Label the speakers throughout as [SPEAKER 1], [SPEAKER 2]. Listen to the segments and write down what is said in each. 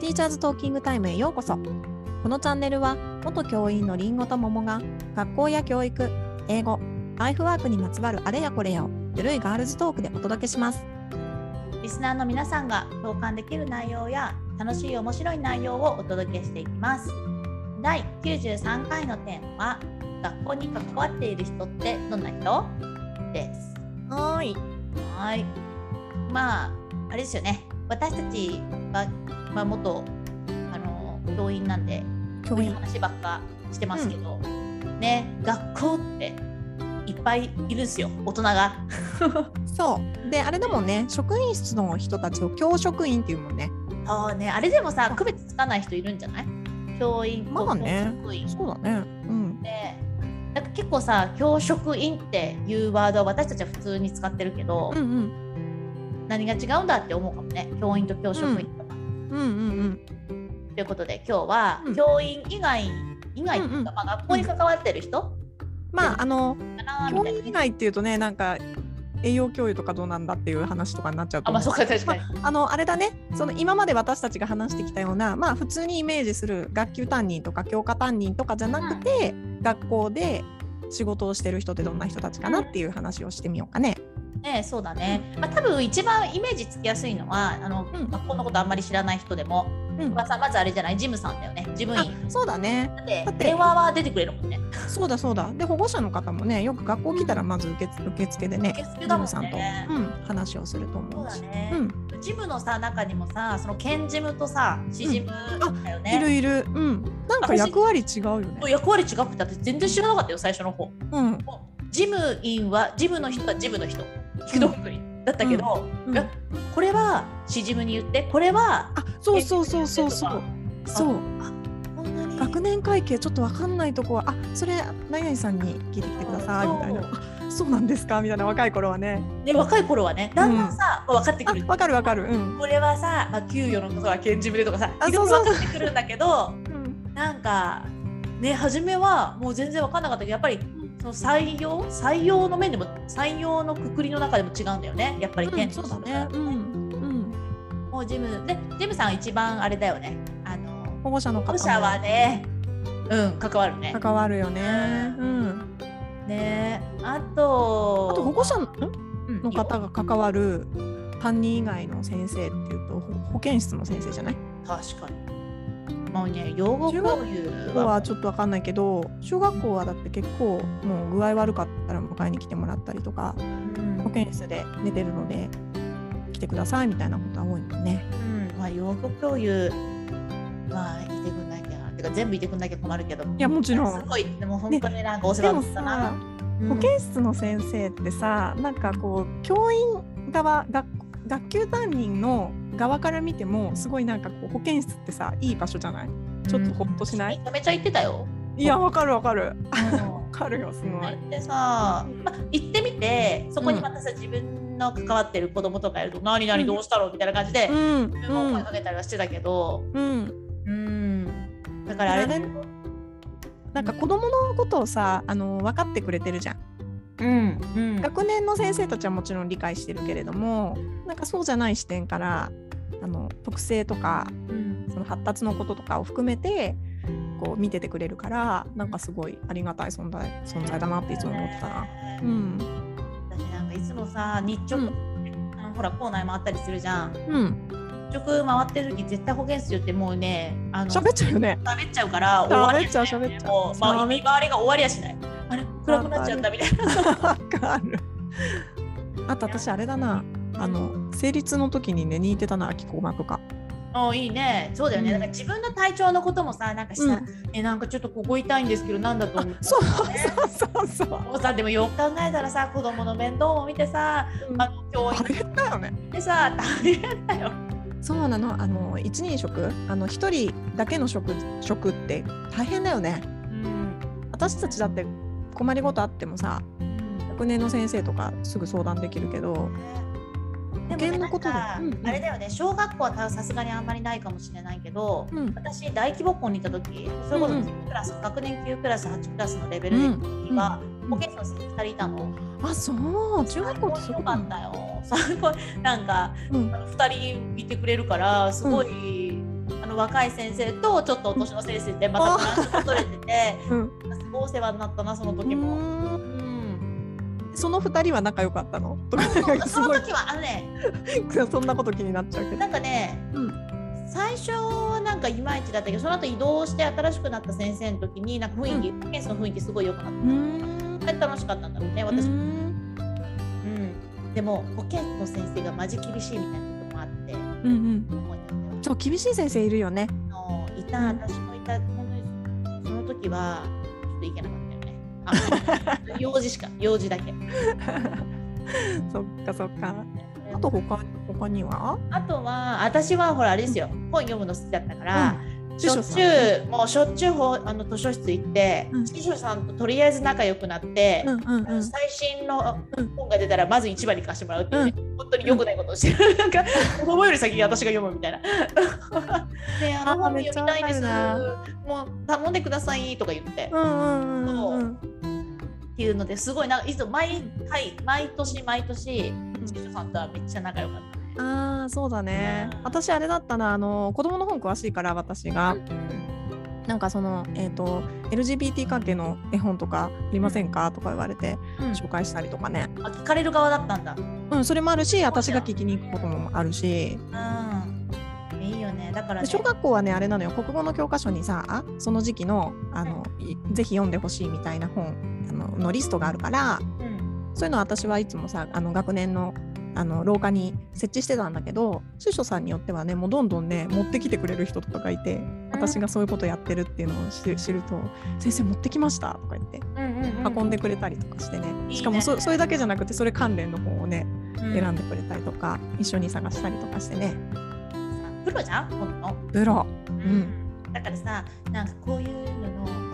[SPEAKER 1] チャーズトーキングタイムへようこそこのチャンネルは元教員のりんごと桃が学校や教育、英語、ライフワークにまつわるあれやこれやをゆるいガールズトークでお届けします
[SPEAKER 2] リスナーの皆さんが共感できる内容や楽しい面白い内容をお届けしていきます第93回のテーマは学校に関わっている人ってどんな人です
[SPEAKER 1] はーい
[SPEAKER 2] はいまああれですよね私たちは、まあ、元あの教員なんで
[SPEAKER 1] 教
[SPEAKER 2] こういう
[SPEAKER 1] 員
[SPEAKER 2] 話ばっかしてますけど、ね学校っていっぱいいるんですよ大人が
[SPEAKER 1] そうであれだもんね職員室の人たちを教職員っていうもんね
[SPEAKER 2] ああね、あれでもさ、区別つかない人いるんじゃない教員と
[SPEAKER 1] まあね
[SPEAKER 2] 教職員
[SPEAKER 1] そうだねうん
[SPEAKER 2] で、なんか結構さ、教職員っていうワードは私たちは普通に使ってるけど、
[SPEAKER 1] うんうん
[SPEAKER 2] 何が違うんだって思うかもね、教員と教職員と
[SPEAKER 1] う
[SPEAKER 2] か。
[SPEAKER 1] んうん
[SPEAKER 2] ということで、今日は、
[SPEAKER 1] うん
[SPEAKER 2] 教員以外、以外っていう
[SPEAKER 1] うん
[SPEAKER 2] か、
[SPEAKER 1] うん
[SPEAKER 2] まあ、学校に関わってる人
[SPEAKER 1] まああの
[SPEAKER 2] かなみ
[SPEAKER 1] 教
[SPEAKER 2] たいな
[SPEAKER 1] 員
[SPEAKER 2] ね、
[SPEAKER 1] 以外っていうとねなんか栄養教諭とかどうなんだっていう話とかになっちゃうと
[SPEAKER 2] あ、
[SPEAKER 1] 思
[SPEAKER 2] ま
[SPEAKER 1] う
[SPEAKER 2] あ、そうか、確かに。
[SPEAKER 1] あのあれだねその今まで私たちが話してきたような、まあ、普通にイメージする学級担任とか教科担任とかじゃなくて、学校で仕事をしてる人ってどんな人たちかなっていう話をしてみようかね。
[SPEAKER 2] ね、そうだね。まあ、多分一番イメージつきやすいのは、あの、
[SPEAKER 1] うん
[SPEAKER 2] 学校のことあんまり知らない人でも、
[SPEAKER 1] うん
[SPEAKER 2] まあ、さまずあれじゃない、ジムさんだよね、事務
[SPEAKER 1] あ
[SPEAKER 2] 員。
[SPEAKER 1] そうだね
[SPEAKER 2] だって
[SPEAKER 1] だって
[SPEAKER 2] 電話は出てくれるもんね。
[SPEAKER 1] そうだそうだで保護者の方もねよく学校来たらまず受付受付でね
[SPEAKER 2] 受付
[SPEAKER 1] ジ
[SPEAKER 2] だも
[SPEAKER 1] ム
[SPEAKER 2] んね
[SPEAKER 1] さんと、うん、話をすると
[SPEAKER 2] そ
[SPEAKER 1] 思
[SPEAKER 2] う
[SPEAKER 1] う
[SPEAKER 2] だ
[SPEAKER 1] し。
[SPEAKER 2] ね
[SPEAKER 1] う。ん、
[SPEAKER 2] ジムのさ中にもさ、その兼ジムとさ、私ジムだよね。
[SPEAKER 1] いるいる、うん、なんか役割違うよね。
[SPEAKER 2] 役割違くて私全然知らなかったよ最初の方。
[SPEAKER 1] うん、
[SPEAKER 2] ジム員はジムの人はジムの人。聞くとこにだったけど、
[SPEAKER 1] うん
[SPEAKER 2] えこれは私ジムに言って、これは
[SPEAKER 1] あ、そうそうそうそうそう、そう。
[SPEAKER 2] こんなに
[SPEAKER 1] 学年会計ちょっとわかんないとこはあそれ何々さんに聞いてきてください
[SPEAKER 2] そう
[SPEAKER 1] みたいなあそうなんですかみたいな若い頃はね
[SPEAKER 2] ね若い頃はね、だんだんさ、分かって
[SPEAKER 1] あ
[SPEAKER 2] くる。
[SPEAKER 1] わかるわかるうん、
[SPEAKER 2] これはさ、まあ給与のことは兼ジムでとかさ、
[SPEAKER 1] あ
[SPEAKER 2] いろい
[SPEAKER 1] そう
[SPEAKER 2] ろ
[SPEAKER 1] そ
[SPEAKER 2] 分かってくるんだけど。
[SPEAKER 1] うん、
[SPEAKER 2] なんかね初めはもう全然分かんなかったけどやっぱりその採用採用の面でも採用のくくりの中でも違うんだよねやっぱり
[SPEAKER 1] うん
[SPEAKER 2] 転
[SPEAKER 1] そ
[SPEAKER 2] 職
[SPEAKER 1] う
[SPEAKER 2] と
[SPEAKER 1] だ
[SPEAKER 2] か
[SPEAKER 1] ねうんうん
[SPEAKER 2] もうジムでジムさんは一番あれだよねあの
[SPEAKER 1] 保護者の方
[SPEAKER 2] 保護者は
[SPEAKER 1] も
[SPEAKER 2] ねうん関わるね
[SPEAKER 1] 関わるよねうん
[SPEAKER 2] ねあと
[SPEAKER 1] あと保護者の
[SPEAKER 2] うん
[SPEAKER 1] の方が関わる担任以外の先生っていうとほ保健室の先生じゃない
[SPEAKER 2] 確かにもうね養護
[SPEAKER 1] 中学
[SPEAKER 2] 教
[SPEAKER 1] こ
[SPEAKER 2] 諭
[SPEAKER 1] こ
[SPEAKER 2] は
[SPEAKER 1] はちょっとわかんないけど小学校はだって結構もう具合悪かったら迎えに来てもらったりとか
[SPEAKER 2] うん
[SPEAKER 1] 保健室で寝てるので来てくださいみたいなことは多いもんね。
[SPEAKER 2] うんまあ養護教諭まあいてくんなきゃてか全部いてくんなきゃ困るけど
[SPEAKER 1] いやもちろ
[SPEAKER 2] す
[SPEAKER 1] ん。
[SPEAKER 2] ごいでも本当になんかお世
[SPEAKER 1] で
[SPEAKER 2] 話
[SPEAKER 1] も
[SPEAKER 2] になったな
[SPEAKER 1] さ、
[SPEAKER 2] うん
[SPEAKER 1] 保健室の先生ってさなんかこう教員側学学級担任の側から見てもすごいなんかこう保健室ってさいい場所じゃないちょっとほっとしない、
[SPEAKER 2] めちゃめちゃ言ってたよ。
[SPEAKER 1] いやわかるわかる
[SPEAKER 2] うん
[SPEAKER 1] わかるよすごい。
[SPEAKER 2] あれってさ、まあ、行ってみてそこにまたさ自分の関わってる子供とかいると「何々どうしたろ?」みたいな感じで
[SPEAKER 1] うん
[SPEAKER 2] 自分も
[SPEAKER 1] う
[SPEAKER 2] 声
[SPEAKER 1] ん
[SPEAKER 2] かけたりはしてたけど、
[SPEAKER 1] うん、
[SPEAKER 2] うん、だからあれだね、
[SPEAKER 1] なんか子どものことをさあの分かってくれてるじゃん
[SPEAKER 2] うんうん
[SPEAKER 1] 学年の先生たちはもちろん理解してるけれどもなんかそうじゃない視点からあの特性とか
[SPEAKER 2] うん
[SPEAKER 1] その発達のこととかを含めてこう見ててくれるからなんかすごいありがたい存在存在だなっていつも思ってたな。うん
[SPEAKER 2] 私なんかいつもさ日直、
[SPEAKER 1] うん
[SPEAKER 2] あのほら校内回ったりするじゃん
[SPEAKER 1] うん
[SPEAKER 2] 日直回ってる時絶対保健室寄ってもうねあの
[SPEAKER 1] 喋っちゃうよね。
[SPEAKER 2] 喋っちゃうから終わり
[SPEAKER 1] 喋
[SPEAKER 2] や
[SPEAKER 1] っ
[SPEAKER 2] し
[SPEAKER 1] ちゃ
[SPEAKER 2] な
[SPEAKER 1] う
[SPEAKER 2] い
[SPEAKER 1] 喋
[SPEAKER 2] よね
[SPEAKER 1] っちゃ
[SPEAKER 2] も
[SPEAKER 1] う。
[SPEAKER 2] う、まあ、見回りが終わりやしないあれ暗くなっちゃったみたいな
[SPEAKER 1] わかる。あと私あれだなあの成立の時にね似てたな秋子馬とか。
[SPEAKER 2] あいいねそうだよね、
[SPEAKER 1] うん
[SPEAKER 2] なんか自分の体調のこともさなんかし
[SPEAKER 1] う
[SPEAKER 2] さ、
[SPEAKER 1] ん、
[SPEAKER 2] えなんかちょっとここ痛いんですけどなんだと
[SPEAKER 1] あ
[SPEAKER 2] 思う
[SPEAKER 1] そうそうそうそう。
[SPEAKER 2] もうさでもよく考えたらさ子供の面倒を見てさ、
[SPEAKER 1] うん
[SPEAKER 2] まあ、教
[SPEAKER 1] あ
[SPEAKER 2] 員
[SPEAKER 1] れだよね。
[SPEAKER 2] でさ大変だよ。
[SPEAKER 1] そうなのあの一人食あの一人だけの食食って大変だよね。
[SPEAKER 2] うん
[SPEAKER 1] 私たちだって困りごとあってもさ学年の先生とかすぐ相談できるけど
[SPEAKER 2] で
[SPEAKER 1] 保険
[SPEAKER 2] も
[SPEAKER 1] の
[SPEAKER 2] ね
[SPEAKER 1] ことで
[SPEAKER 2] なんか
[SPEAKER 1] うんうん
[SPEAKER 2] あれだよね小学校はたさすがにあんまりないかもしれないけど、
[SPEAKER 1] うん
[SPEAKER 2] 私大規模校にいた時それこそ
[SPEAKER 1] うんうん
[SPEAKER 2] 9クラス、学年9クラス8クラスのレベルで行った時は、
[SPEAKER 1] ん
[SPEAKER 2] 保健室の先生2人いたの。
[SPEAKER 1] あそう中学校って
[SPEAKER 2] す
[SPEAKER 1] そう
[SPEAKER 2] ごかったよ。すごいなんか
[SPEAKER 1] うん
[SPEAKER 2] あの二人いてくれるからすごい、あの若い先生とちょっとお年の先生ってまたバランスが取れてて
[SPEAKER 1] うん
[SPEAKER 2] すごいお世話になったなその時も。
[SPEAKER 1] うーん
[SPEAKER 2] うん
[SPEAKER 1] その二人は仲良かったのとか
[SPEAKER 2] そ
[SPEAKER 1] なんか す
[SPEAKER 2] その
[SPEAKER 1] ごい
[SPEAKER 2] 時はあのね
[SPEAKER 1] そんなこと気になっちゃうけど。
[SPEAKER 2] なんかね、
[SPEAKER 1] うん
[SPEAKER 2] 最初はなんかいまいちだったけどその後移動して新しくなった先生の時になんか雰囲気、ケンスの雰囲気すごい良くなっ
[SPEAKER 1] うーん
[SPEAKER 2] た楽しかったんだろうね私も、うんでも保健の先生がマジ厳しいみたいなこともあって
[SPEAKER 1] うんうん
[SPEAKER 2] 思い出して
[SPEAKER 1] そう厳しい先生いるよ ね。
[SPEAKER 2] のいた私もいた本当にその時はちょっといけなかったよねあ用事しか 用事だけ
[SPEAKER 1] そっかそっか。あと他他には？
[SPEAKER 2] あとは私はほらあれですよ本読むの好きだったから、しょっちゅ
[SPEAKER 1] う
[SPEAKER 2] うもうしょっちゅうほあの図書室行って、
[SPEAKER 1] うん
[SPEAKER 2] 司書さんととりあえず仲良くなって、
[SPEAKER 1] んうんうん。
[SPEAKER 2] 最新の
[SPEAKER 1] うん
[SPEAKER 2] 本が出たらまず一番に貸してもらうっていうね、本当に良くないことをしてる、なんか子供より先に私が読むみ たいな。であの
[SPEAKER 1] あ
[SPEAKER 2] 本
[SPEAKER 1] めっ
[SPEAKER 2] 読み
[SPEAKER 1] ちゃ
[SPEAKER 2] たいです
[SPEAKER 1] わかる
[SPEAKER 2] もう頼んでくださいとか言って、
[SPEAKER 1] う
[SPEAKER 2] っ
[SPEAKER 1] んうんうんうん。
[SPEAKER 2] ていうのですごいなんかいつも毎回毎年毎年司書さんとはめっちゃ仲良かったね。
[SPEAKER 1] ああそうだね。私あれだったなあの子供の本詳しいから私がなんかそのえっ、と LGBT 関係の絵本とかありませんかとか言われて
[SPEAKER 2] うん
[SPEAKER 1] 紹介したりとかね。
[SPEAKER 2] あ聞かれる側だったんだ。
[SPEAKER 1] うんそれもあるし私が聞きに行くこともあるし。
[SPEAKER 2] うん、いいよねだから、
[SPEAKER 1] で
[SPEAKER 2] ね、
[SPEAKER 1] 小学校はねあれなのよ国語の教科書にさその時期のあの、いぜひ読んでほしいみたいな本あののリストがあるから
[SPEAKER 2] うん
[SPEAKER 1] そういうの私はいつもさあの学年のあの廊下に設置してたんだけど司書さんによってはねもうどんどんね持ってきてくれる人とかがいて私がそういうことやってるっていうのを知知ると「先生持ってきました」とか言って
[SPEAKER 2] うんうんうん、
[SPEAKER 1] 運んでくれたりとかしてね
[SPEAKER 2] いいね
[SPEAKER 1] しかもそそれだけじゃなくてそれ関連の本をね
[SPEAKER 2] うん
[SPEAKER 1] 選んでくれたりとか一緒に探したりとかしてね
[SPEAKER 2] プロじゃん本の、
[SPEAKER 1] プロ
[SPEAKER 2] うん、だからさなんかこういうの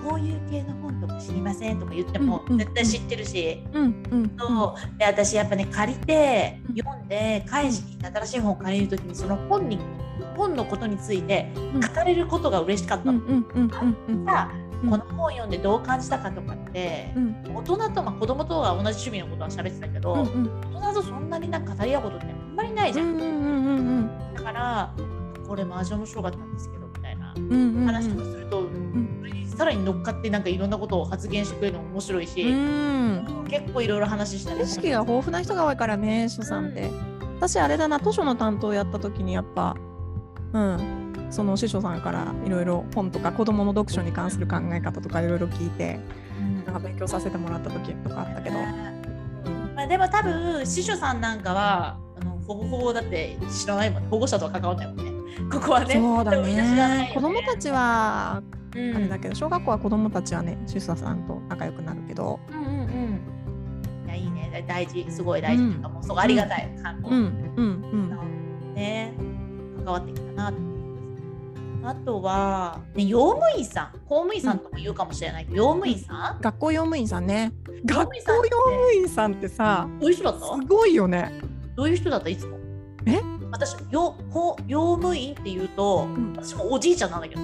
[SPEAKER 2] のこういう系の本とか知りませんとか言っても
[SPEAKER 1] うんうん
[SPEAKER 2] 絶対知ってるし、
[SPEAKER 1] うんうん
[SPEAKER 2] そうで私やっぱね借りて
[SPEAKER 1] うん
[SPEAKER 2] 読んで返しに行って新しい本を借りる時にその本に本のことについて
[SPEAKER 1] うん
[SPEAKER 2] 語れることが嬉しかった
[SPEAKER 1] う
[SPEAKER 2] の
[SPEAKER 1] んうんうんうんうん
[SPEAKER 2] さ
[SPEAKER 1] うん
[SPEAKER 2] この本読んでどう感じたかとかって、
[SPEAKER 1] うん
[SPEAKER 2] 大人とまあ子供とは同じ趣味のことは喋ってたけど、
[SPEAKER 1] うんうん
[SPEAKER 2] 大人とそんなになんか語り合うことってあんまりないじゃん、だからこれマージ面白かったんですけどみたいな話とかすると、それにさらに乗っかってなんかいろんなことを発言してくれるのも面白いし、結構いろいろ話したり
[SPEAKER 1] 知識が豊富な人が多いからね書さんって、私あれだな図書の担当やった時にやっぱうんその司書さんからいろいろ本とか子どもの読書に関する考え方とかいろいろ聞いて
[SPEAKER 2] うん
[SPEAKER 1] なんか勉強させてもらった時とかあったけど、
[SPEAKER 2] まあ、でも多分司書さんなんかはあのほぼほぼだって知らないもんね保護者とは関わらないもんねここはね
[SPEAKER 1] そうだ
[SPEAKER 2] でもみんな知らないよ
[SPEAKER 1] ね子どもたちは
[SPEAKER 2] うん
[SPEAKER 1] あれだけど、小学校は子どもたちはね司書さんと仲良くなるけど、
[SPEAKER 2] うんうんうんいやいいねだ大事すごい大事というか、もうすごいありがたい感動、
[SPEAKER 1] うんうんうん
[SPEAKER 2] ね関わってきたなって思いますあとは、ね、用務員さん公務員さんとも言うかもしれないけど、用務員さん
[SPEAKER 1] 学校用務員さんね
[SPEAKER 2] 用
[SPEAKER 1] 学
[SPEAKER 2] 務員さんっ
[SPEAKER 1] 校
[SPEAKER 2] て
[SPEAKER 1] 用務員さんってさ
[SPEAKER 2] どういう人だった
[SPEAKER 1] すごいよね。
[SPEAKER 2] どういう人だったいつも
[SPEAKER 1] え
[SPEAKER 2] 私用公用務員っていうと、
[SPEAKER 1] ん
[SPEAKER 2] 私もおじいちゃんなんだけど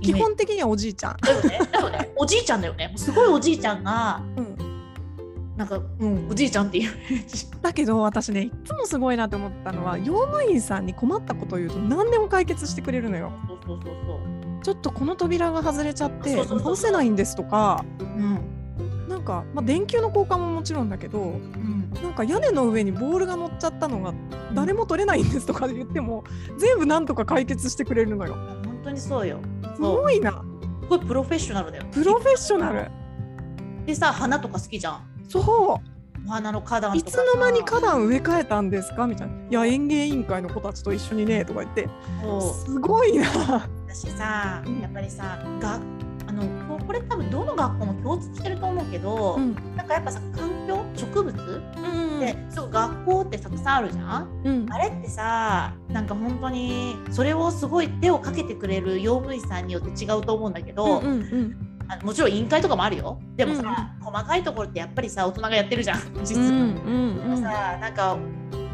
[SPEAKER 1] 基本的にはおじいちゃん。
[SPEAKER 2] イメージだよねだよねおじいちゃんだよねもうすごいおじいちゃんがなんか、うん、おじいちゃんっていうイメージ
[SPEAKER 1] だけど私ねいつもすごいなと思ったのは用務員さんに困ったことを言うと何でも解決してくれるのよ。
[SPEAKER 2] そうそうそうそう
[SPEAKER 1] ちょっとこの扉が外れちゃって
[SPEAKER 2] そうそうそうそう
[SPEAKER 1] 直せないんですとか
[SPEAKER 2] うん
[SPEAKER 1] なんか、まあ、電球の交換ももちろんだけど
[SPEAKER 2] うん
[SPEAKER 1] なんか屋根の上にボールが乗っちゃったのが誰も取れないんですとか言っても全部なんとか解決してくれるのよ。
[SPEAKER 2] 本当にそうよ
[SPEAKER 1] す
[SPEAKER 2] そう
[SPEAKER 1] ごいな
[SPEAKER 2] すごいプロフェッショナルだよ
[SPEAKER 1] プロフェッショナル
[SPEAKER 2] でさ花とか好きじゃん
[SPEAKER 1] そ
[SPEAKER 2] お花の花壇
[SPEAKER 1] うい
[SPEAKER 2] とか
[SPEAKER 1] つ
[SPEAKER 2] さ
[SPEAKER 1] の間に花壇植え替えたんですかみたいな「いや園芸委員会の子たちと一緒にね」とか言って
[SPEAKER 2] そう
[SPEAKER 1] すごいな。
[SPEAKER 2] 私さ
[SPEAKER 1] うん
[SPEAKER 2] やっぱりさがあのここれ多分どの学校も共通してると思うけど、
[SPEAKER 1] うん
[SPEAKER 2] なんかやっぱさ環境植物ってそう学校ってたくさんあるじゃん
[SPEAKER 1] うん
[SPEAKER 2] あれってさなんか本当にそれをすごい手をかけてくれる用務員さんによって違うと思うんだけど、
[SPEAKER 1] うんうん
[SPEAKER 2] あのもちろん委員会とかもあるよでもさ、細かいところってやっぱりさ大人がやってるじゃん実
[SPEAKER 1] う
[SPEAKER 2] は。
[SPEAKER 1] んうんうん
[SPEAKER 2] さなんか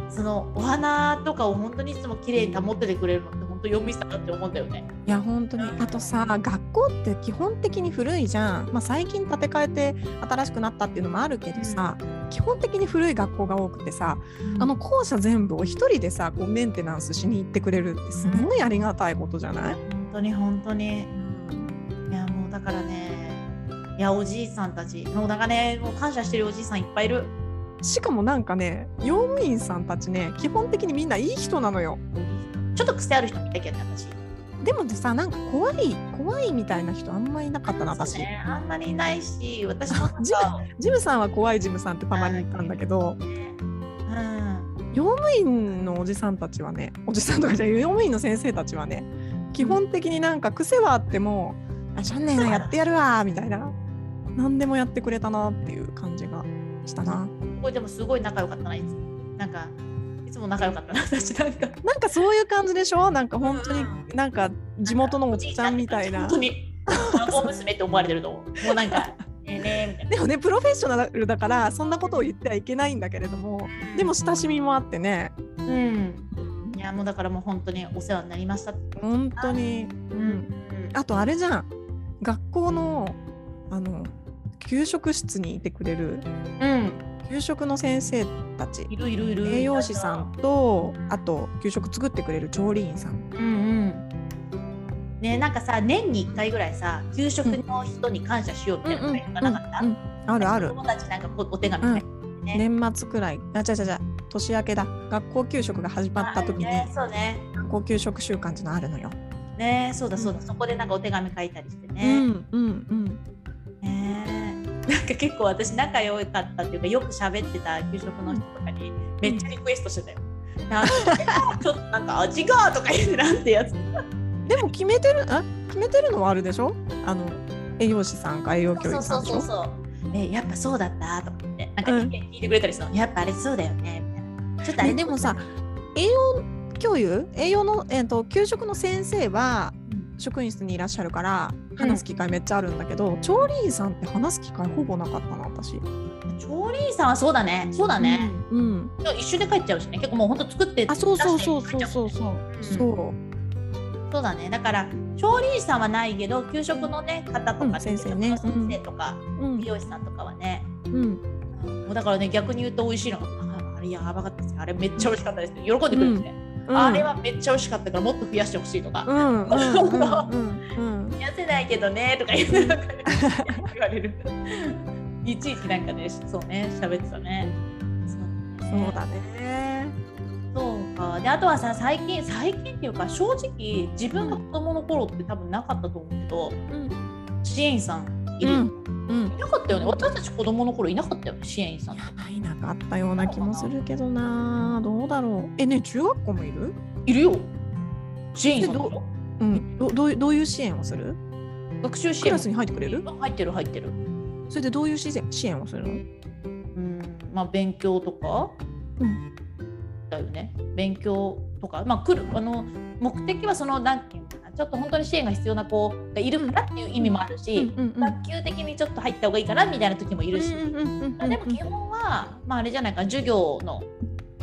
[SPEAKER 2] そのお花とかを本当にいつも綺麗に保っててくれるのって本本当読みしたなって思うんだよね。
[SPEAKER 1] いや本当に
[SPEAKER 2] うん
[SPEAKER 1] あとさ学校って基本的に古いじゃん、まあ、最近建て替えて新しくなったっていうのもあるけどさ、基本的に古い学校が多くてさあの校舎全部を一人でさこうメンテナンスしに行ってくれるってすごいありがたいことじゃない、
[SPEAKER 2] 本当に本当に、いやもうだからねいやおじいさんたちもうなんかねもう感謝してるおじいさんいっぱいいる
[SPEAKER 1] しかもなんかね用務員さんたちね基本的にみんないい人なのよ
[SPEAKER 2] ちょっと癖ある人見たけどね私
[SPEAKER 1] でもさなんか怖い怖いみたいな人あんまいなかったな私、
[SPEAKER 2] そうねあんまりいないし私もなんか
[SPEAKER 1] じジムさんは怖いジムさんってたまにいたんだけど
[SPEAKER 2] うん
[SPEAKER 1] 用務員のおじさんたちはねおじさんとかじゃない用務員の先生たちはね基本的になんか癖はあっても「あしょんねえなやってやるわ」みたいな何でもやってくれたなっていう感じがしたな
[SPEAKER 2] これでもすごい仲良かったないつもなんかいつも仲良かったな私なんか
[SPEAKER 1] なんかそういう感じでしょなんか本当になんか地元のおっちゃんみたいな
[SPEAKER 2] 本当に孫娘って思われてると思うもうな んかねえねえみたいな
[SPEAKER 1] でもねプロフェッショナルだからそんなことを言ってはいけないんだけれどもでも親しみもあってね
[SPEAKER 2] うんいやもうだからもう本当にお世話になりましたって
[SPEAKER 1] 本当にうんあとあれじゃん学校のあの給食室にいてくれる
[SPEAKER 2] うん
[SPEAKER 1] 給食の先生たち
[SPEAKER 2] いるいるいる
[SPEAKER 1] 栄養士さんとあと給食作ってくれる調理員さん
[SPEAKER 2] うんうんねなんかさ年に1回ぐらいさ給食の人に感謝しようみたいなのがなかった、
[SPEAKER 1] うんあるある
[SPEAKER 2] 友達なんかこうお手紙ね、ね
[SPEAKER 1] 年末くらいあ違う違う違う年明けだ学校給食が始まった時に
[SPEAKER 2] ねそうね
[SPEAKER 1] 学校給食週間っていうのあるのよ。
[SPEAKER 2] ねそうだそうだ、
[SPEAKER 1] う
[SPEAKER 2] そこでなんかお手紙書いたりして
[SPEAKER 1] う
[SPEAKER 2] ね、
[SPEAKER 1] んうんうん
[SPEAKER 2] ねなんか結構私仲良かったっていうかよく喋ってた給食の人とかにめっちゃリクエストしてたよ、なんか ちょっとなんか味がとか言ってなんてやつ
[SPEAKER 1] でも決めてるあ決めてるのはあるでしょあの栄養士さんか栄養教
[SPEAKER 2] そ
[SPEAKER 1] 育
[SPEAKER 2] う
[SPEAKER 1] さ
[SPEAKER 2] そ
[SPEAKER 1] ん
[SPEAKER 2] う
[SPEAKER 1] でし
[SPEAKER 2] そう
[SPEAKER 1] ょ
[SPEAKER 2] そう。え、やっぱそうだったとか言って、なんか意見聞いてくれたりするの、やっぱあれそうだよね。みたいなちょっとあれ
[SPEAKER 1] えでもさ、栄養教諭栄養の、えー、と給食の先生は
[SPEAKER 2] うん
[SPEAKER 1] 職員室にいらっしゃるから話す機会めっちゃあるんだけど、調理員さんって話す機会ほぼなかったな私。
[SPEAKER 2] 調理員さんはそうだね、そうだね。
[SPEAKER 1] うん、うん
[SPEAKER 2] でも一緒で帰っちゃうしね、結構もう本当作って
[SPEAKER 1] あそうそうそうそうそう
[SPEAKER 2] 出して帰っちゃ
[SPEAKER 1] そう
[SPEAKER 2] う、ん
[SPEAKER 1] そう
[SPEAKER 2] もんねそうだね。だから調理員さんはないけど、給食のね方とか、
[SPEAKER 1] うん先生ね
[SPEAKER 2] 給食の先生とか、
[SPEAKER 1] うん
[SPEAKER 2] 美容師さんとかはね、
[SPEAKER 1] うん
[SPEAKER 2] うんもうだからね逆に言うと美味しいの。ああれやばかったですね。あれめっちゃ美味しかったですね。喜んでくれるんですね。
[SPEAKER 1] うん
[SPEAKER 2] あれはめっちゃ美味しかったからもっと増やしてほしいとか。
[SPEAKER 1] うんうんうんうんうん
[SPEAKER 2] 痩せないけどねとか 言ってなんか言われるいちいちなんかねそうね喋ってたね そう
[SPEAKER 1] そうだね。
[SPEAKER 2] そうかであとはさ最近最近っていうか正直自分が子供の頃って多分なかったと思うけど
[SPEAKER 1] うん
[SPEAKER 2] 支援員さんいうる、
[SPEAKER 1] んうん
[SPEAKER 2] いなかったよね私たち子供の頃いなかったよね支援員さん
[SPEAKER 1] いなかったような気もするけどなどうだろうえねえ中学校もいる
[SPEAKER 2] いるよ支援員さんだ
[SPEAKER 1] え
[SPEAKER 2] よ
[SPEAKER 1] うんどどういうどういう支援をする
[SPEAKER 2] 学習支
[SPEAKER 1] ク
[SPEAKER 2] 援
[SPEAKER 1] ラスに入ってくれる
[SPEAKER 2] 入ってる入ってる
[SPEAKER 1] それでどういう支援支援をするの
[SPEAKER 2] うんまあ勉強とか、
[SPEAKER 1] うん
[SPEAKER 2] だよね勉強とかまあ来るあの目的はその何て言うのかなちょっと本当に支援が必要な子がいるからっていう意味もあるし、
[SPEAKER 1] うんうん
[SPEAKER 2] 学級的にちょっと入った方がいいからみたいな時もいるし、
[SPEAKER 1] うんうんうん
[SPEAKER 2] まあでも基本は、まあ、あれじゃないかな授業の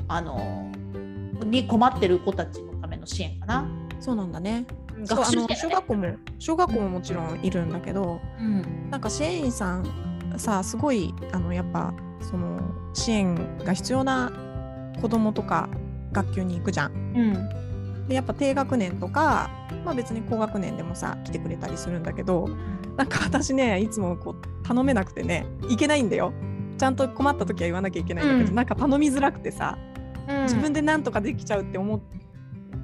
[SPEAKER 2] あのに困ってる子たちのための支援かな。
[SPEAKER 1] そうなんだねそう
[SPEAKER 2] 学
[SPEAKER 1] あ
[SPEAKER 2] 習
[SPEAKER 1] の
[SPEAKER 2] 支援
[SPEAKER 1] 小
[SPEAKER 2] だね
[SPEAKER 1] 学校も小学校ももちろんいるんだけど
[SPEAKER 2] うん
[SPEAKER 1] なんか支援員さんさすごいあのやっぱその支援が必要な子供とか学級に行くじゃん。
[SPEAKER 2] うん
[SPEAKER 1] でやっぱ低学年とか、まあ、別に高学年でもさ来てくれたりするんだけどなんか私ねいつもこう頼めなくてねいけないんだよ。ちゃんと困った時は言わなきゃいけないんだけど、
[SPEAKER 2] うん
[SPEAKER 1] なんか頼みづらくてさ自分で何とかできちゃうって思っ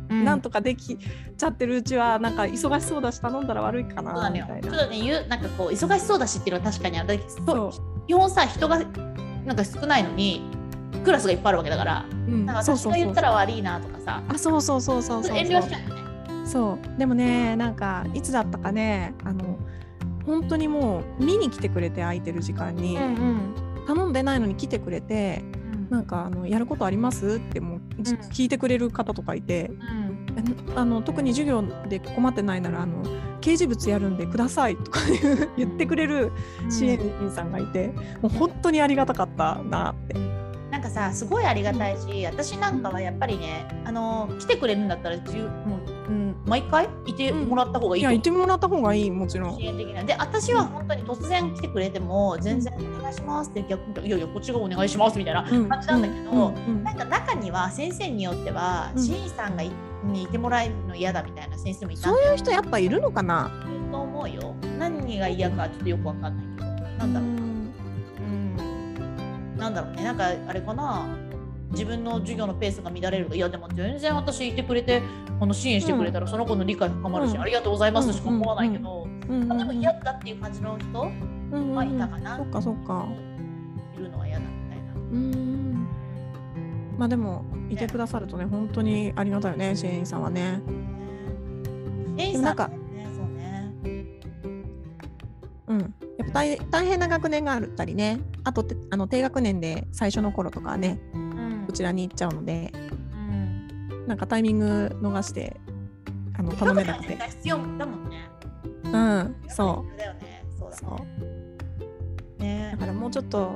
[SPEAKER 2] うん
[SPEAKER 1] なんとかできちゃってるうちはなんか忙しそうだし頼んだら悪いか
[SPEAKER 2] そうな
[SPEAKER 1] な
[SPEAKER 2] の
[SPEAKER 1] み
[SPEAKER 2] よ
[SPEAKER 1] たい
[SPEAKER 2] ちょっ
[SPEAKER 1] な。
[SPEAKER 2] とね言うなんかこう忙しそうだしっていうのは確かにあれ
[SPEAKER 1] そう
[SPEAKER 2] 基本さ人がなんか少ないのにクラスがいっぱいあるわけだから
[SPEAKER 1] うん
[SPEAKER 2] なんか
[SPEAKER 1] そう
[SPEAKER 2] 私
[SPEAKER 1] そ
[SPEAKER 2] が
[SPEAKER 1] うそ
[SPEAKER 2] 言
[SPEAKER 1] う
[SPEAKER 2] ったら悪いなとかさ
[SPEAKER 1] あそうそうそうそうそう
[SPEAKER 2] 遠慮しちゃうよね。
[SPEAKER 1] そうでもねなんかいつだったかねあの本当にもう見に来てくれて空いてる時間に、頼んでないのに来てくれてなんかあのやることありますってもう、じ
[SPEAKER 2] うん
[SPEAKER 1] 聞いてくれる方とかいて
[SPEAKER 2] うん
[SPEAKER 1] えあの特に授業で困ってないならあの掲示物やるんでくださいとかいう言ってくれる支援員さんがいて、もう本当にありがたかったなって。
[SPEAKER 2] なんかさすごいありがたいし私なんかはやっぱりねあの来てくれるんだったらじゅもう
[SPEAKER 1] うん、
[SPEAKER 2] 毎回いてもらった方がい
[SPEAKER 1] い
[SPEAKER 2] い
[SPEAKER 1] や
[SPEAKER 2] と思
[SPEAKER 1] いうてもらった方がいいもちろん
[SPEAKER 2] 支。援的なで私は本当に突然来てくれても全然お願いしますって逆にいやいやこっちがお願いしますみたいな
[SPEAKER 1] うん
[SPEAKER 2] 感じなんだけど
[SPEAKER 1] うん
[SPEAKER 2] なんか中には先生によっては
[SPEAKER 1] うん
[SPEAKER 2] 新医さんがいにいてもらえるの嫌だみたいな先生もいた
[SPEAKER 1] そういう人やっぱいるのかな。
[SPEAKER 2] と思うよ何が嫌かちょっとよくわかんないけどなんだろううんなんだろうねなんかあれかな自分の授業のペースが乱れるといやでも全然私いてくれてこの支援してくれたらその子の理解深まるし、
[SPEAKER 1] うん
[SPEAKER 2] ありがとうございますしか思わないけど、
[SPEAKER 1] うんうん
[SPEAKER 2] まあでも嫌だっていう感じの人
[SPEAKER 1] うん
[SPEAKER 2] はいたかな
[SPEAKER 1] そっかそっか。
[SPEAKER 2] いるのは嫌だみたいな。
[SPEAKER 1] うん。まあでもいてくださるとね本当にありがたいよね支援員さんはね。
[SPEAKER 2] エ
[SPEAKER 1] で
[SPEAKER 2] イ
[SPEAKER 1] も
[SPEAKER 2] さん
[SPEAKER 1] なんか
[SPEAKER 2] ねそうね。
[SPEAKER 1] うん。やっぱ大大変な学年があったりね。あとてあの低学年で最初の頃とかはね
[SPEAKER 2] うん
[SPEAKER 1] こちらに行っちゃうので
[SPEAKER 2] うん。
[SPEAKER 1] なんかタイミング逃してあの頼めなく
[SPEAKER 2] 手
[SPEAKER 1] て。
[SPEAKER 2] が必要だもんね。
[SPEAKER 1] うん。そ
[SPEAKER 2] だよね。そう
[SPEAKER 1] う。
[SPEAKER 2] だ
[SPEAKER 1] そう。
[SPEAKER 2] ね
[SPEAKER 1] だ。からもうちょっと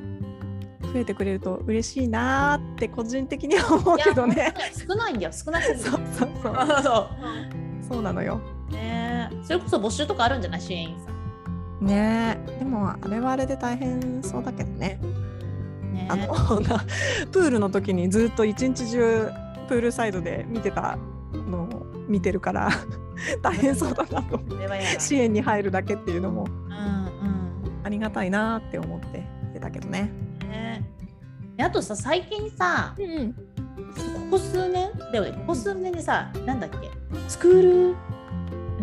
[SPEAKER 1] 増えてくれると嬉しいなーって個人的には思う
[SPEAKER 2] いや
[SPEAKER 1] けどね。
[SPEAKER 2] 少ないんだよ。少なすぎる
[SPEAKER 1] そ。うそうそう。
[SPEAKER 2] そ
[SPEAKER 1] そうなのよ。
[SPEAKER 2] う。ね。それこそ募集とかあるんじゃない支援員さん。
[SPEAKER 1] ねえでもあれはあれで大変そうだけどね。
[SPEAKER 2] ね。
[SPEAKER 1] あの なプールの時にずっと一日中プールサイドで見てたのを見てるから 大変そうだなと。
[SPEAKER 2] それはやだ。
[SPEAKER 1] 支援に入るだけっていうのも
[SPEAKER 2] うんう
[SPEAKER 1] ありがたいなーって思って出たけどね。
[SPEAKER 2] ん。ね。であとさ最近さこ
[SPEAKER 1] うん
[SPEAKER 2] こ数年だよねここ数年でさなんだっけスクール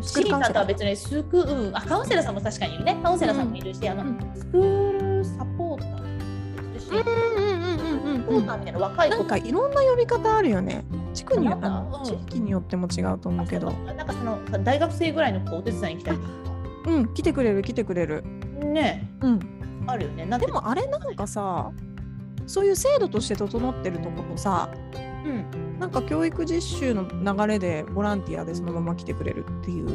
[SPEAKER 2] シ
[SPEAKER 1] スクール
[SPEAKER 2] ー
[SPEAKER 1] カウン
[SPEAKER 2] さ
[SPEAKER 1] セ
[SPEAKER 2] んと
[SPEAKER 1] ラ
[SPEAKER 2] は
[SPEAKER 1] ー
[SPEAKER 2] 別にスクールあカウンセラーさんも確かにいるねカウンセラーさんもいるし、あの
[SPEAKER 1] うん
[SPEAKER 2] スクールサポーターサ
[SPEAKER 1] うんうんうん
[SPEAKER 2] ポーターみたいな若い
[SPEAKER 1] な
[SPEAKER 2] 子
[SPEAKER 1] んかいろんな呼び方あるよね。地区に
[SPEAKER 2] なんだ
[SPEAKER 1] あの
[SPEAKER 2] うん
[SPEAKER 1] 地域によっても違うと思うけど、
[SPEAKER 2] なんかそのさ大学生ぐらいの子お手伝いに来たりと
[SPEAKER 1] うん来てくれる来てくれる。
[SPEAKER 2] かね
[SPEAKER 1] うん。
[SPEAKER 2] あるよねなん
[SPEAKER 1] で
[SPEAKER 2] て
[SPEAKER 1] もあれなんかさ、そういう制度として整ってるとことさ、
[SPEAKER 2] うん
[SPEAKER 1] なんか教育実習の流れでボランティアでそのまま来てくれるっていうの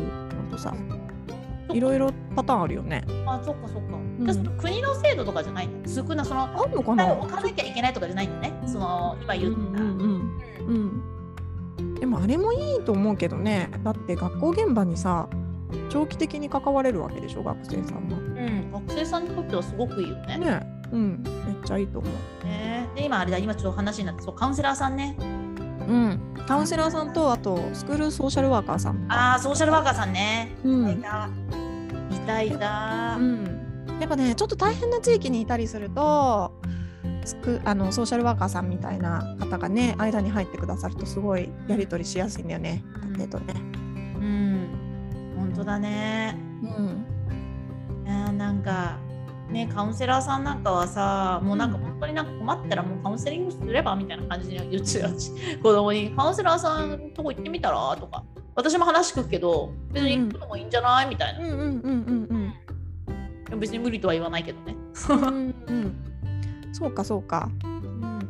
[SPEAKER 1] とさ、いろいろパターンあるよね。
[SPEAKER 2] あそっかそっか、
[SPEAKER 1] ん
[SPEAKER 2] じゃあその国の制度とかじゃないんだ少なその
[SPEAKER 1] あるのかな？
[SPEAKER 2] 置かなきゃいけないとかじゃないんだねその今
[SPEAKER 1] う
[SPEAKER 2] 言
[SPEAKER 1] ん
[SPEAKER 2] っ
[SPEAKER 1] う
[SPEAKER 2] た、
[SPEAKER 1] んうんうん。でもあれもいいと思うけどね。だって学校現場にさ、長期的に関われるわけでしょ学生さんも。
[SPEAKER 2] うんうん学生さんにとってはすごくいいよね
[SPEAKER 1] ね、うん、めっちゃいいと思う。
[SPEAKER 2] ねで今あれだ今ちょっと話になってそうカウンセラーさんね
[SPEAKER 1] うん、カウンセラーさんとあとスクールソーシャルワーカーさんとか
[SPEAKER 2] ああソーシャルワーカーさんね、
[SPEAKER 1] うん
[SPEAKER 2] いたいたいた、
[SPEAKER 1] うん、やっぱねちょっと大変な地域にいたりするとスクあのソーシャルワーカーさんみたいな方がね間に入ってくださるとすごいやり取りしやすいんだよね。えっとね、
[SPEAKER 2] うん本当だね
[SPEAKER 1] うん、
[SPEAKER 2] あーなんかねカウンセラーさんなんかはさもうなんか本当になんか困ったらもうカウンセリングすればみたいな感じで言っちゃうし 子供に「カウンセラーさんのとこ行ってみたら?」とか「私も話聞くけど別に行くのもいいんじゃない?」みたいな
[SPEAKER 1] う、んうんうんうん
[SPEAKER 2] でも別に無理とは言わないけどね、
[SPEAKER 1] うんうんうんそうかそうか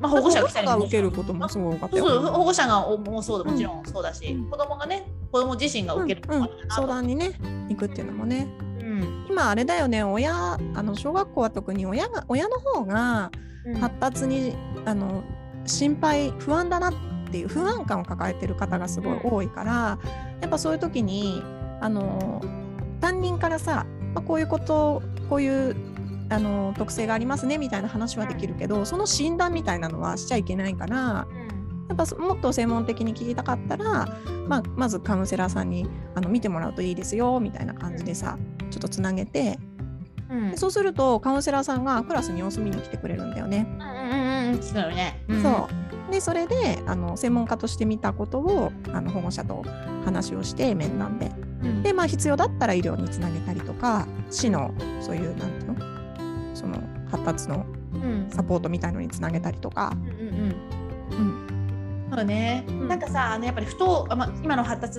[SPEAKER 2] まあ保護者が来たり
[SPEAKER 1] が
[SPEAKER 2] も
[SPEAKER 1] 受けることもすごい多かった
[SPEAKER 2] そうそう
[SPEAKER 1] よ。
[SPEAKER 2] 保護者がおもうそうだもちろんそうだし、
[SPEAKER 1] うん
[SPEAKER 2] 子供がね子供自身が
[SPEAKER 1] うんう
[SPEAKER 2] 受けるのもあ
[SPEAKER 1] ん
[SPEAKER 2] るか、なと
[SPEAKER 1] 相談にね行くっていうのもね
[SPEAKER 2] うん
[SPEAKER 1] 今あれだよね親あの小学校は特に親が親の方が
[SPEAKER 2] うん
[SPEAKER 1] 発達にあの心配不安だなっていう不安感を抱えてる方がすごい多いからやっぱそういう時にあの担任からさ、まあ、こういうことこういうあの特性がありますねみたいな話はできるけどその診断みたいなのはしちゃいけないから
[SPEAKER 2] うん
[SPEAKER 1] やっぱそもっと専門的に聞きたかったら、まあ、まずカウンセラーさんにあの見てもらうといいですよみたいな感じでさちょっとつなげて
[SPEAKER 2] うん
[SPEAKER 1] でそうするとカウンセラーさんがクラスに様子見に来てくれるんだよね。
[SPEAKER 2] うんうんうんうんそうよね、ん
[SPEAKER 1] そうでそれであの専門家として見たことをあの保護者と話をして面談で
[SPEAKER 2] うん
[SPEAKER 1] で、まあ、必要だったら医療につなげたりとか市のそういうなんていうのその発達の
[SPEAKER 2] うん
[SPEAKER 1] サポートみたいのにつなげたりとか、
[SPEAKER 2] うんうんうん。そうね。
[SPEAKER 1] ん
[SPEAKER 2] なんかさ、あのやっぱり不登、あまあ今の発達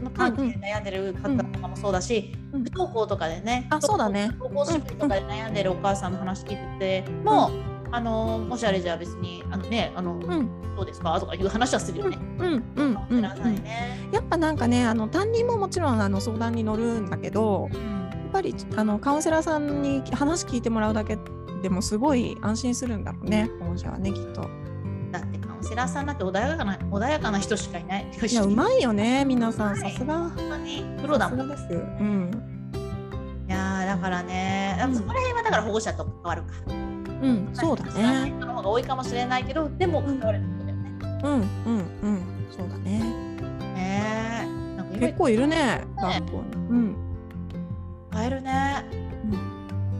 [SPEAKER 2] の関係で悩んでる方とかもそうだし、
[SPEAKER 1] うん
[SPEAKER 2] 不登校とかでね、
[SPEAKER 1] あそうだね
[SPEAKER 2] 不登校シフトとかで悩んでるお母さんの話聞いてて、もうあのもしあれじゃあ別にあのね、あの、
[SPEAKER 1] うん
[SPEAKER 2] どうですかとかいう話はするよね。
[SPEAKER 1] うんうん
[SPEAKER 2] カウ
[SPEAKER 1] うん
[SPEAKER 2] ン
[SPEAKER 1] うん
[SPEAKER 2] セラーさんにね。
[SPEAKER 1] やっぱなんかねあの担任ももちろんあの相談に乗るんだけどやっぱりあのカウンセラーさんに話聞いてもらうだけでもすごい安心するんだろうね保護者はねきっと。
[SPEAKER 2] うだってカウンセラーさんなんて穏やかな穏やかな人しかいない。
[SPEAKER 1] いやうまいよね皆さんさすが
[SPEAKER 2] 本当にプロだもん。い
[SPEAKER 1] さすがですうん
[SPEAKER 2] やーだからね、
[SPEAKER 1] うん
[SPEAKER 2] そこら辺はだから保護者と関わるか。
[SPEAKER 1] うんそうだね
[SPEAKER 2] 人の方が多いかもしれないけど、でも関わるってことだよね。
[SPEAKER 1] うんうんうんそうだね
[SPEAKER 2] ねえ、なんか今い
[SPEAKER 1] 結
[SPEAKER 2] っ
[SPEAKER 1] 構いるね学校にうん
[SPEAKER 2] ぱいいるね。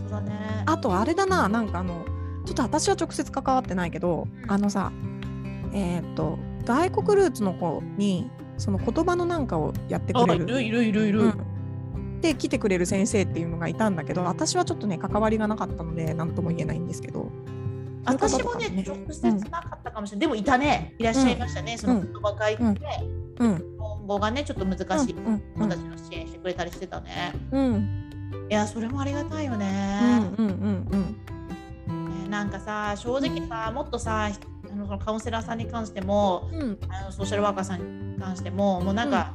[SPEAKER 2] そうだね。
[SPEAKER 1] あとあれだななんかあのちょっと私は直接関わってないけどあのさえーっと外国ルーツの子にその言葉のなんかをやってくれる
[SPEAKER 2] いるいるいる
[SPEAKER 1] うんで来てくれる先生っていうのがいたんだけど私はちょっとね関わりがなかったので何とも言えないんですけど
[SPEAKER 2] 私もね
[SPEAKER 1] そう
[SPEAKER 2] 直
[SPEAKER 1] いう方と
[SPEAKER 2] 接
[SPEAKER 1] かもね
[SPEAKER 2] なかったかもしれない、でもいたねいらっしゃいましたね、その言葉がいて、
[SPEAKER 1] うん
[SPEAKER 2] 日
[SPEAKER 1] うん
[SPEAKER 2] 本語がねちょっと難しい
[SPEAKER 1] うんう
[SPEAKER 2] 子た
[SPEAKER 1] ん
[SPEAKER 2] ちの支援してくれたりしてたね、
[SPEAKER 1] うん
[SPEAKER 2] いやそれもありがたいよ
[SPEAKER 1] うん
[SPEAKER 2] ね、
[SPEAKER 1] うんうんうん
[SPEAKER 2] ねなんかさ正直さもっとさあのそのカウンセラーさんに関しても
[SPEAKER 1] うん
[SPEAKER 2] あのソーシャルワーカーさんに関してももうなんか、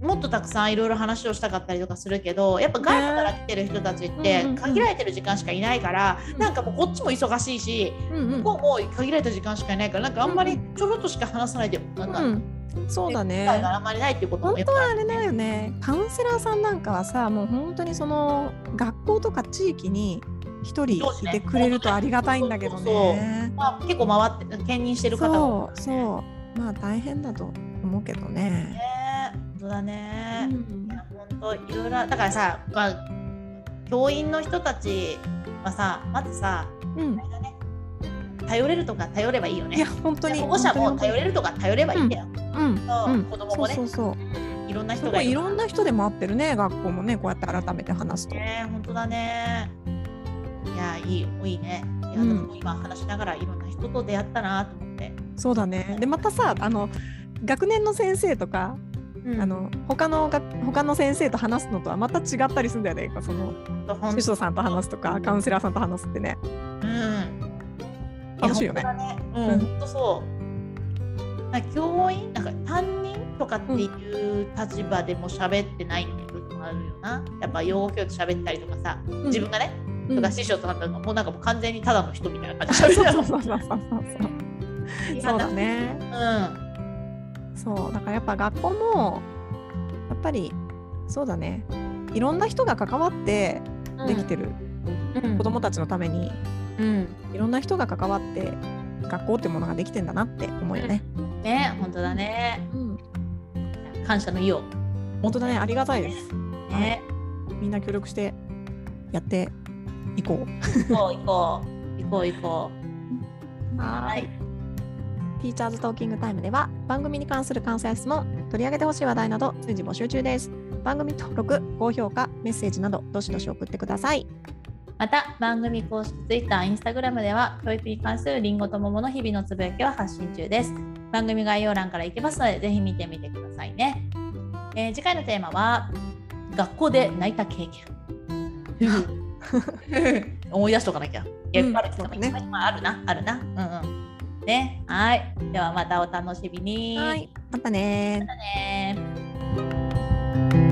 [SPEAKER 2] もっとたくさんいろいろ話をしたかったりとかするけどやっぱ外部から来てる人たちっ
[SPEAKER 1] ねうん
[SPEAKER 2] て
[SPEAKER 1] うんうん
[SPEAKER 2] 限られてる時間しかいないから、
[SPEAKER 1] うん
[SPEAKER 2] なんかもうこっちも忙しいし
[SPEAKER 1] うんうん
[SPEAKER 2] こうもう限られた時間しかいないからなんかあんまりちょろっとしか話さないで、なんか
[SPEAKER 1] うんそうだ
[SPEAKER 2] 機
[SPEAKER 1] ね
[SPEAKER 2] 会があんまりないっていうことも
[SPEAKER 1] 本当はあれだよねカウンセラーさんなんかはさもう本当にその学校とか地域に一人いてくれるとありがたいんだけどね。
[SPEAKER 2] まあ、結構回って兼任してる方も
[SPEAKER 1] そうそうまあ大変だと思うけどね。
[SPEAKER 2] ね本当だ
[SPEAKER 1] う
[SPEAKER 2] ね、
[SPEAKER 1] ん
[SPEAKER 2] いや本当いろいろだからさ、まあ、教員の人たちはさまずさ
[SPEAKER 1] うん
[SPEAKER 2] あれだね頼れるとか頼ればいいよね
[SPEAKER 1] いや本当に
[SPEAKER 2] 保護者も頼れるとか頼ればいいんだよ、
[SPEAKER 1] うん
[SPEAKER 2] そう
[SPEAKER 1] うん
[SPEAKER 2] 子供もね
[SPEAKER 1] そうそうそう
[SPEAKER 2] いろんな
[SPEAKER 1] す
[SPEAKER 2] 人
[SPEAKER 1] ご
[SPEAKER 2] が
[SPEAKER 1] いい
[SPEAKER 2] いる
[SPEAKER 1] ろんな人で回ってるね学校もねこうやって改めて話すと。
[SPEAKER 2] ね本当だねいやいいよいいねいや、
[SPEAKER 1] うん
[SPEAKER 2] 私も今話しながらいろんな人と出会ったなと思って、
[SPEAKER 1] そうだねでまたさあの学年の先生とか、あの他のが他の先生と話すのとはまた違ったりするんだよねその
[SPEAKER 2] ほん
[SPEAKER 1] 主書さんと話すとかカウンセラーさんと話すってね
[SPEAKER 2] うん
[SPEAKER 1] 楽しいよね
[SPEAKER 2] や本当だねうん、
[SPEAKER 1] うん
[SPEAKER 2] ほんとそうなんか教員なんか担任とかっていう立場でも喋ってないっていう部分もあるよなやっぱ養護教育喋ったりとかさ自分がね、とか師匠となったのがもうなんかもう完全にただの人みたいな感じ
[SPEAKER 1] そう
[SPEAKER 2] で喋
[SPEAKER 1] そう
[SPEAKER 2] って
[SPEAKER 1] そ
[SPEAKER 2] る
[SPEAKER 1] うそうそうそうそうだね
[SPEAKER 2] うん
[SPEAKER 1] そうだからやっぱ学校もやっぱりそうだねいろんな人が関わってできてる、
[SPEAKER 2] うん
[SPEAKER 1] 子どもたちのために
[SPEAKER 2] うん
[SPEAKER 1] いろんな人が関わって学校ってものができてんだなって思うよね。
[SPEAKER 2] ね本当だね
[SPEAKER 1] うん、
[SPEAKER 2] 感謝の意を
[SPEAKER 1] 本当だねありがたいです。
[SPEAKER 2] ね、
[SPEAKER 1] みんな協力してやっていこ
[SPEAKER 2] 行こう行こう行こう行こ
[SPEAKER 1] う。
[SPEAKER 2] うはい。
[SPEAKER 1] ティーチャーズトーキングタイムでは番組に関する感想や質問、取り上げてほしい話題など随時募集中です。番組登録、高評価、メッセージなどどしどし送ってください。
[SPEAKER 2] また番組公式 Twitter、Instagram では教育に関するりんごと桃の日々のつぶやきを発信中です。番組概要欄から行けますのでぜひ見てみてくださいね。えー次回のテーマは学校で泣い た経験。思い出しとかなきゃ。やっぱり、
[SPEAKER 1] うんそうだね
[SPEAKER 2] ね、あるなあるな。うんうん。ねはい。ではまたお楽しみに。
[SPEAKER 1] はい、またねー。
[SPEAKER 2] ね